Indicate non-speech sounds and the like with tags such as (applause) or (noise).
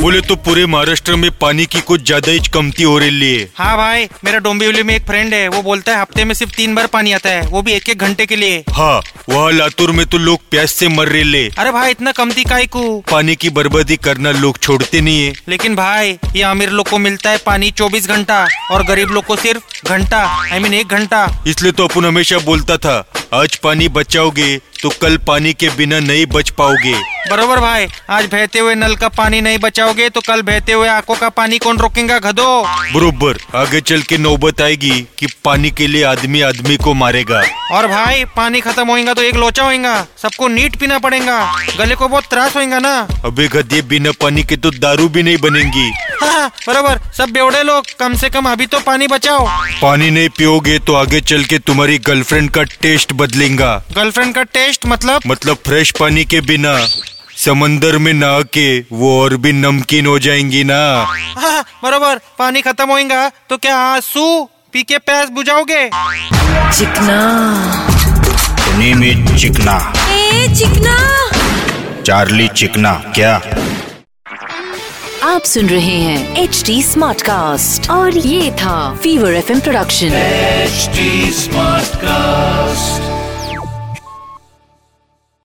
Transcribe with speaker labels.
Speaker 1: बोले तो पूरे महाराष्ट्र में पानी की कुछ ज्यादा ही कमती हो रही है
Speaker 2: हाँ भाई मेरा डोंबिवली में एक फ्रेंड है वो बोलता है हफ्ते में सिर्फ तीन बार पानी आता है वो भी एक एक घंटे के लिए
Speaker 1: हाँ वहाँ लातूर में तो लोग प्यास से मर रहे ले
Speaker 2: अरे भाई इतना कम थी काय को
Speaker 1: पानी की बर्बादी करना लोग छोड़ते नहीं है
Speaker 2: लेकिन भाई ये अमीर लोग को मिलता है पानी 24 घंटा और गरीब लोग को सिर्फ घंटा आई मीन एक घंटा
Speaker 1: इसलिए तो अपन हमेशा बोलता था आज पानी बचाओगे तो कल पानी के बिना नहीं बच पाओगे
Speaker 2: बरोबर भाई आज बहते हुए नल का पानी नहीं बचाओगे तो कल बहते हुए आंखों का पानी कौन रोकेगा गधो
Speaker 1: बरोबर आगे चल के नौबत आएगी कि पानी के लिए आदमी आदमी को मारेगा
Speaker 2: और भाई पानी खत्म होएगा तो एक लोचा होएगा सबको नीट पीना पड़ेगा गले को बहुत त्रास होएगा ना (laughs)
Speaker 1: अबे गधे बिना पानी के तो दारू भी नहीं बनेंगी
Speaker 2: हाँ, हाँ बरोबर सब बेवड़े लोग कम से कम अभी तो पानी बचाओ
Speaker 1: पानी नहीं पियोगे तो आगे चल के तुम्हारी गर्लफ्रेंड का टेस्ट बदलेगा
Speaker 2: गर्लफ्रेंड का टेस्ट मतलब
Speaker 1: मतलब फ्रेश पानी के बिना समंदर में नहा के वो और भी नमकीन हो जाएंगी ना
Speaker 2: हाँ, बरोबर पानी खत्म होएगा तो क्या आंसू पी के प्यास बुझाओगे
Speaker 3: चिकना
Speaker 4: The name is चिकना
Speaker 3: ए चिकना
Speaker 4: चार्ली चिकना क्या
Speaker 3: आप सुन रहे हैं एच डी स्मार्ट कास्ट और ये था fever F production
Speaker 5: HD Smartcast.